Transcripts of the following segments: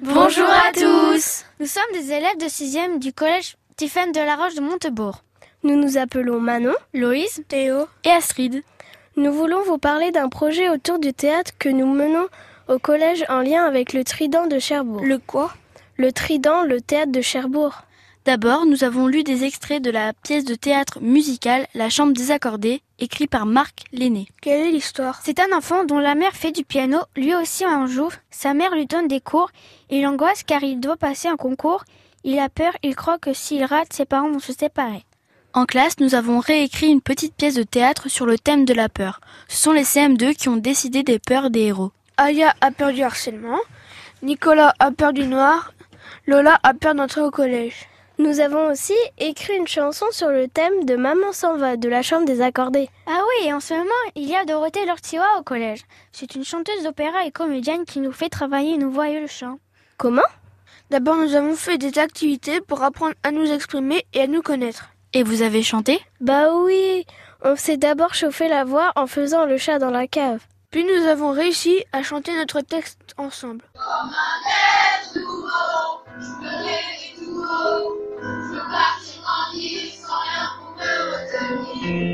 Bonjour à tous Nous sommes des élèves de 6e du collège Tiffaine de la Roche de Montebourg. Nous nous appelons Manon, Loïse Théo et Astrid. Nous voulons vous parler d'un projet autour du théâtre que nous menons au collège en lien avec le Trident de Cherbourg. Le quoi Le Trident, le théâtre de Cherbourg. D'abord, nous avons lu des extraits de la pièce de théâtre musicale La Chambre désaccordée, écrite par Marc Lenné. Quelle est l'histoire C'est un enfant dont la mère fait du piano, lui aussi en joue. Sa mère lui donne des cours. Il angoisse car il doit passer un concours. Il a peur, il croit que s'il rate, ses parents vont se séparer. En classe, nous avons réécrit une petite pièce de théâtre sur le thème de la peur. Ce sont les CM2 qui ont décidé des peurs des héros. Aya a peur du harcèlement, Nicolas a peur du noir, Lola a peur d'entrer au collège. Nous avons aussi écrit une chanson sur le thème de Maman s'en va de la chambre des accordés. Ah oui, et en ce moment, il y a Dorothée Lortiwa au collège. C'est une chanteuse d'opéra et comédienne qui nous fait travailler nos voix et le chant. Comment D'abord, nous avons fait des activités pour apprendre à nous exprimer et à nous connaître. Et vous avez chanté Bah oui On s'est d'abord chauffé la voix en faisant le chat dans la cave. Puis nous avons réussi à chanter notre texte ensemble. Comme un être nouveau, je me lève tout haut. Je veux partir en île sans rien pour me retenir.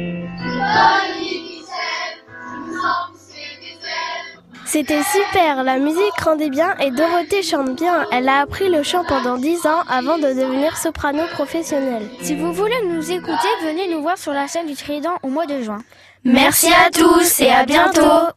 C'était super, la musique rendait bien et Dorothée chante bien. Elle a appris le chant pendant 10 ans avant de devenir soprano professionnelle. Si vous voulez nous écouter, venez nous voir sur la scène du Trident au mois de juin. Merci à tous et à bientôt